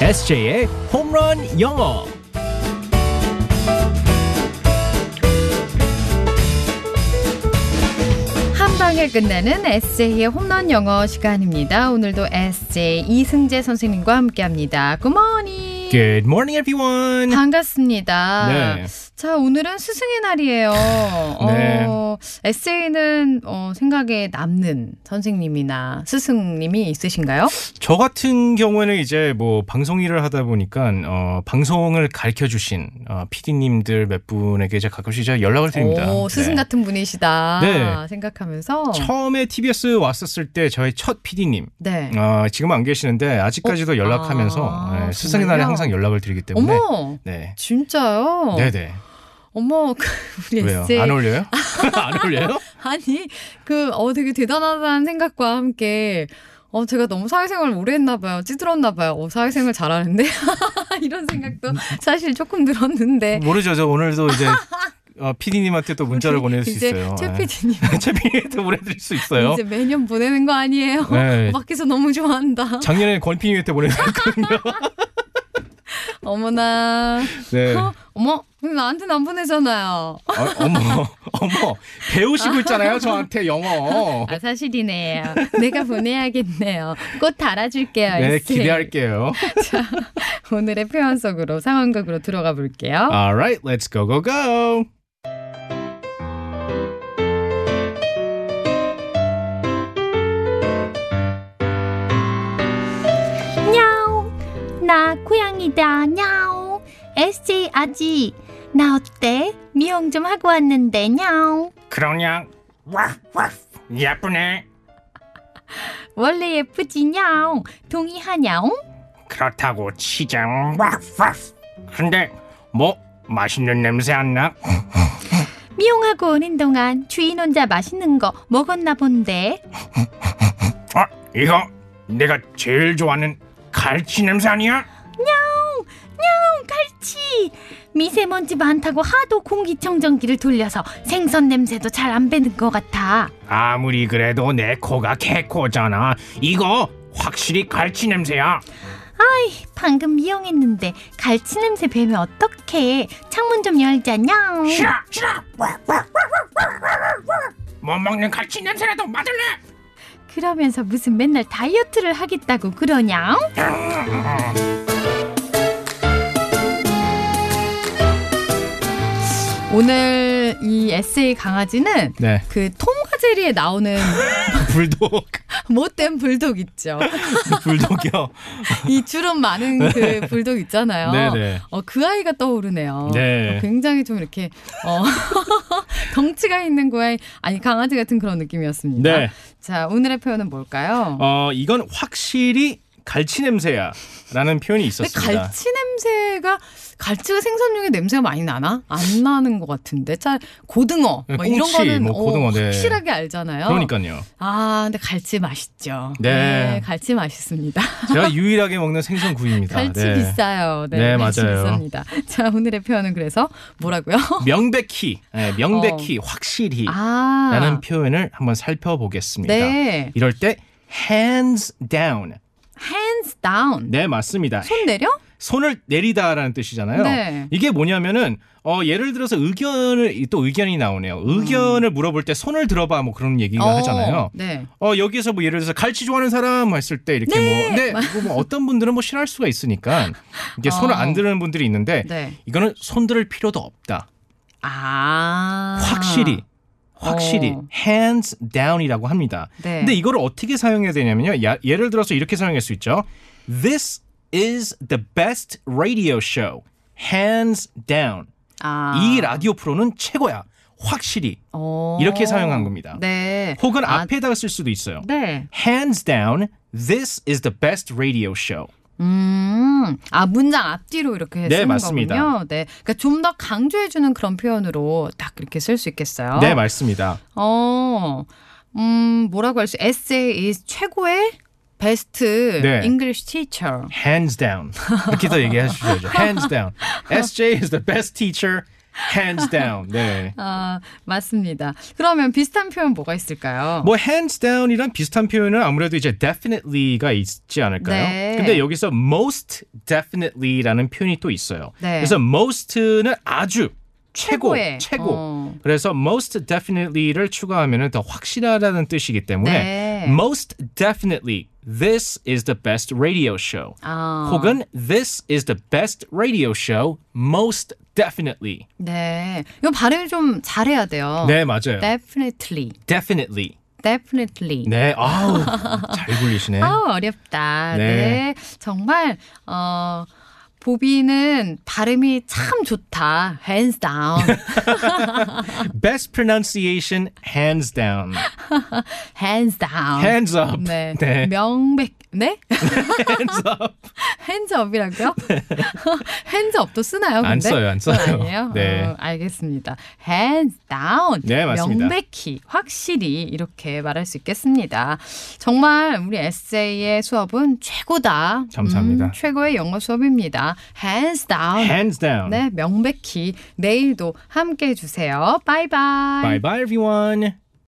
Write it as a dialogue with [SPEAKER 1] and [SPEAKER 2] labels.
[SPEAKER 1] SJ의 홈런 영어.
[SPEAKER 2] 한 방에 끝나는 SJ의 홈런 영어 시간입니다. 오늘도 SJ 이승재 선생님과 함께합니다. 굿모닝.
[SPEAKER 1] Good morning, everyone.
[SPEAKER 2] 반갑습니다.
[SPEAKER 1] 예. 네.
[SPEAKER 2] 자, 오늘은 스승의 날이에요.
[SPEAKER 1] 네.
[SPEAKER 2] 어, 에세이는 어, 생각에 남는 선생님이나 스승님이 있으신가요?
[SPEAKER 1] 저 같은 경우에는 이제 뭐 방송 일을 하다 보니까 어, 방송을 가르쳐 주신 어, PD님들 몇 분에게 이제 가끔씩 제가 연락을 드립니다.
[SPEAKER 2] 오, 스승
[SPEAKER 1] 네.
[SPEAKER 2] 같은 분이시다
[SPEAKER 1] 네.
[SPEAKER 2] 생각하면서
[SPEAKER 1] 처음에 TBS 왔었을 때 저의 첫 PD님.
[SPEAKER 2] 네.
[SPEAKER 1] 어, 지금 안 계시는데 아직까지도
[SPEAKER 2] 어?
[SPEAKER 1] 연락하면서
[SPEAKER 2] 아,
[SPEAKER 1] 네, 스승의
[SPEAKER 2] 정말요?
[SPEAKER 1] 날에 항상 연락을 드리기 때문에.
[SPEAKER 2] 어머 어.
[SPEAKER 1] 네.
[SPEAKER 2] 진짜요?
[SPEAKER 1] 네네.
[SPEAKER 2] 어머 우리
[SPEAKER 1] 왜요?
[SPEAKER 2] 에세이
[SPEAKER 1] 안 어울려요? 안 어울려요?
[SPEAKER 2] 아니, 그, 어, 되게 대단하다는 생각과 함께, 어, 제가 너무 사회생활 오래 했나 봐요. 찌들었나 봐요. 어, 사회생활 잘하는데? 이런
[SPEAKER 1] 음,
[SPEAKER 2] 생각도 사실 조금 들었는데.
[SPEAKER 1] 모르죠. 저 오늘도 이제 어, PD님한테 또 문자를 보낼 수
[SPEAKER 2] 네. 이제
[SPEAKER 1] 있어요.
[SPEAKER 2] 최
[SPEAKER 1] 네.
[SPEAKER 2] PD님.
[SPEAKER 1] 채피한테 보내드릴 수 있어요.
[SPEAKER 2] 이제 매년 보내는 거 아니에요?
[SPEAKER 1] 네.
[SPEAKER 2] 밖에서 너무 좋아한다.
[SPEAKER 1] 작년에 권핑이한테 보내드렸거든요.
[SPEAKER 2] 어머나.
[SPEAKER 1] 네.
[SPEAKER 2] 어, 어머, 왜 나한테는 안 보내잖아요.
[SPEAKER 1] 아, 어머, 어머, 배우시고 있잖아요, 저한테 영어.
[SPEAKER 2] 아, 사실이네요. 내가 보내야겠네요. 꽃 달아줄게요.
[SPEAKER 1] 네,
[SPEAKER 2] 에세이.
[SPEAKER 1] 기대할게요.
[SPEAKER 2] 오늘의 표현 속으로 상황극으로 들어가 볼게요.
[SPEAKER 1] Alright, let's go, go, go.
[SPEAKER 3] 야옹 나 고양이다 야옹 SJ 아지 나 어때 미용 좀 하고 왔는데 야옹
[SPEAKER 1] 그러냐? 와, 와, 예쁘네.
[SPEAKER 3] 원래 예쁘지 야옹 동의하냐옹
[SPEAKER 1] 그렇다고 치장. 와, 와. 근데 뭐 맛있는 냄새 안 나?
[SPEAKER 3] 미용하고 오는 동안 주인 혼자 맛있는 거 먹었나 본데
[SPEAKER 1] 어, 이거 내가 제일 좋아하는 갈치 냄새 아니야?
[SPEAKER 3] 야옹 갈치 미세먼지 많다고 하도 공기청정기를 돌려서 생선 냄새도 잘 안 배는 것 같아
[SPEAKER 1] 아무리 그래도 내 코가 개코잖아. 이거 확실히 갈치 냄새야.
[SPEAKER 3] 방금 미용했는데 갈치 냄새 배면 어떡해 창문 좀 열자 야옹
[SPEAKER 1] 싫어, 싫어. 못 먹는 갈치 냄새라도 맡을래.
[SPEAKER 3] 그러면서 무슨 맨날 다이어트를 하겠다고 그러냐?
[SPEAKER 2] 오늘 이 에세이 강아지는
[SPEAKER 1] 네,
[SPEAKER 2] 그 통과제리에 나오는
[SPEAKER 1] 그 불독, 그
[SPEAKER 2] 못된 불독 있죠.
[SPEAKER 1] 불독이요.
[SPEAKER 2] 이 주름 많은 그 불독 있잖아요.
[SPEAKER 1] 네. 네네.
[SPEAKER 2] 어, 그 아이가 떠오르네요.
[SPEAKER 1] 네.
[SPEAKER 2] 어, 굉장히 좀 이렇게 어, 덩치가 있는 고양이 아니 강아지 같은 그런 느낌이었습니다.
[SPEAKER 1] 네,
[SPEAKER 2] 자 오늘의 표현은 뭘까요?
[SPEAKER 1] 어 이건 확실히 갈치 냄새야라는 표현이
[SPEAKER 2] 근데
[SPEAKER 1] 있었습니다.
[SPEAKER 2] 갈치 냄새가 갈치가 생선 중에 냄새가 많이 나나? 안 나는 것 같은데. 잘 고등어
[SPEAKER 1] 네,
[SPEAKER 2] 뭐 이런
[SPEAKER 1] 꽁치,
[SPEAKER 2] 거는
[SPEAKER 1] 뭐
[SPEAKER 2] 어,
[SPEAKER 1] 고등어, 네.
[SPEAKER 2] 확실하게 알잖아요.
[SPEAKER 1] 그러니까요.
[SPEAKER 2] 아, 근데 갈치 맛있죠.
[SPEAKER 1] 네.
[SPEAKER 2] 갈치 맛있습니다.
[SPEAKER 1] 제가 유일하게 먹는 생선 구이입니다.
[SPEAKER 2] 갈치
[SPEAKER 1] 네.
[SPEAKER 2] 비싸요. 네,
[SPEAKER 1] 네,
[SPEAKER 2] 갈치
[SPEAKER 1] 맞아요.
[SPEAKER 2] 비쌉니다. 자, 오늘의 표현은 그래서 뭐라고요?
[SPEAKER 1] 명백히, 네, 명백히, 확실히.
[SPEAKER 2] 어. 아,
[SPEAKER 1] 라는 표현을 한번 살펴보겠습니다.
[SPEAKER 2] 네,
[SPEAKER 1] 이럴 때 hands down.
[SPEAKER 2] hands down.
[SPEAKER 1] 네, 맞습니다.
[SPEAKER 2] 손 내려?
[SPEAKER 1] 손을 내리다라는 뜻이잖아요.
[SPEAKER 2] 네.
[SPEAKER 1] 이게 뭐냐면은 어, 예를 들어서 의견을 이- 또 의견이 나오네요. 의견을 물어볼 때 손을 들어봐 뭐 그런 얘기가
[SPEAKER 2] 어,
[SPEAKER 1] 하잖아요.
[SPEAKER 2] 네,
[SPEAKER 1] 어 여기서 뭐 예를 들어서 갈치 좋아하는 사람 했을 때 이렇게 뭐, 네, 이거 뭐 어떤 분들은 뭐 싫어할 수가 있으니까 이게 손을
[SPEAKER 2] 어.
[SPEAKER 1] 안 드는 분들이 있는데
[SPEAKER 2] 네.
[SPEAKER 1] 이거는 손 들을 필요도 없다.
[SPEAKER 2] 아,
[SPEAKER 1] 확실히 확실히
[SPEAKER 2] 어.
[SPEAKER 1] hands down이라고 합니다.
[SPEAKER 2] 네.
[SPEAKER 1] 근데 이걸 어떻게 사용해야 되냐면요. 야- 예를 들어서 이렇게 사용할 수 있죠. This is the best radio show. Hands down.
[SPEAKER 2] 아.
[SPEAKER 1] 이 라디오 프로는 최고야. 확실히.
[SPEAKER 2] 어.
[SPEAKER 1] 이렇게 사용한 겁니다.
[SPEAKER 2] 네.
[SPEAKER 1] 혹은
[SPEAKER 2] 아.
[SPEAKER 1] 앞에다가 쓸 수도 있어요.
[SPEAKER 2] 네.
[SPEAKER 1] Hands down. This is the best radio show.
[SPEAKER 2] 음. 아, 문장 앞뒤로
[SPEAKER 1] 네,
[SPEAKER 2] 이렇게 쓰는
[SPEAKER 1] 맞습니다.
[SPEAKER 2] 거군요. 네. 그러니까 좀 더 강조해 주는 그런 표현으로 딱 이렇게 쓸 수 있겠어요.
[SPEAKER 1] 네, 맞습니다.
[SPEAKER 2] 어. 음, 뭐라고 할 수? Essay is 최고의 베스트
[SPEAKER 1] 네.
[SPEAKER 2] English teacher.
[SPEAKER 1] Hands down. 이렇게 더 얘기해 주셔야죠. Hands down. SJ is the best teacher. hands down. 네.
[SPEAKER 2] 아, 맞습니다. 그러면 비슷한 표현 뭐가 있을까요?
[SPEAKER 1] 뭐 hands down이랑 비슷한 표현은 아무래도 이제 definitely가 있지 않을까요?
[SPEAKER 2] 네.
[SPEAKER 1] 근데 여기서 most definitely라는 표현이 또 있어요.
[SPEAKER 2] 네.
[SPEAKER 1] 그래서 most는 아주 최고,
[SPEAKER 2] 최고의,
[SPEAKER 1] 최고.
[SPEAKER 2] 어.
[SPEAKER 1] 그래서 most definitely를 추가하면 더 확실하다는 뜻이기 때문에
[SPEAKER 2] 네.
[SPEAKER 1] most definitely this is the best radio show.
[SPEAKER 2] 아,
[SPEAKER 1] 혹은 this is the best radio show most definitely.
[SPEAKER 2] 네. 이거 발음을 좀 잘해야 돼요.
[SPEAKER 1] 네, 맞아요.
[SPEAKER 2] Definitely.
[SPEAKER 1] definitely.
[SPEAKER 2] Definitely.
[SPEAKER 1] 네, 아우 잘 굴리시네.
[SPEAKER 2] 아우 어렵다. 네.
[SPEAKER 1] 네.
[SPEAKER 2] 정말 어 보비는 발음이 참 좋다. hands down.
[SPEAKER 1] Best pronunciation hands down.
[SPEAKER 2] hands down.
[SPEAKER 1] Hands up.
[SPEAKER 2] 네.
[SPEAKER 1] 네.
[SPEAKER 2] 명백 네? hands up. hands up이라고요? hands up도 쓰나요? 근데?
[SPEAKER 1] 안 써요, 안 써요.
[SPEAKER 2] 그건 아니에요.
[SPEAKER 1] 네.
[SPEAKER 2] 어, 알겠습니다. hands down.
[SPEAKER 1] 네, 맞습니다.
[SPEAKER 2] 명백히 확실히 이렇게 말할 수 있겠습니다. 정말 우리 에세이의 수업은 최고다.
[SPEAKER 1] 감사합니다.
[SPEAKER 2] 음, 최고의 영어 수업입니다. hands down.
[SPEAKER 1] Hands down.
[SPEAKER 2] 네, 명백히 내일도 함께 해주세요. 바이바이.
[SPEAKER 1] Bye bye everyone.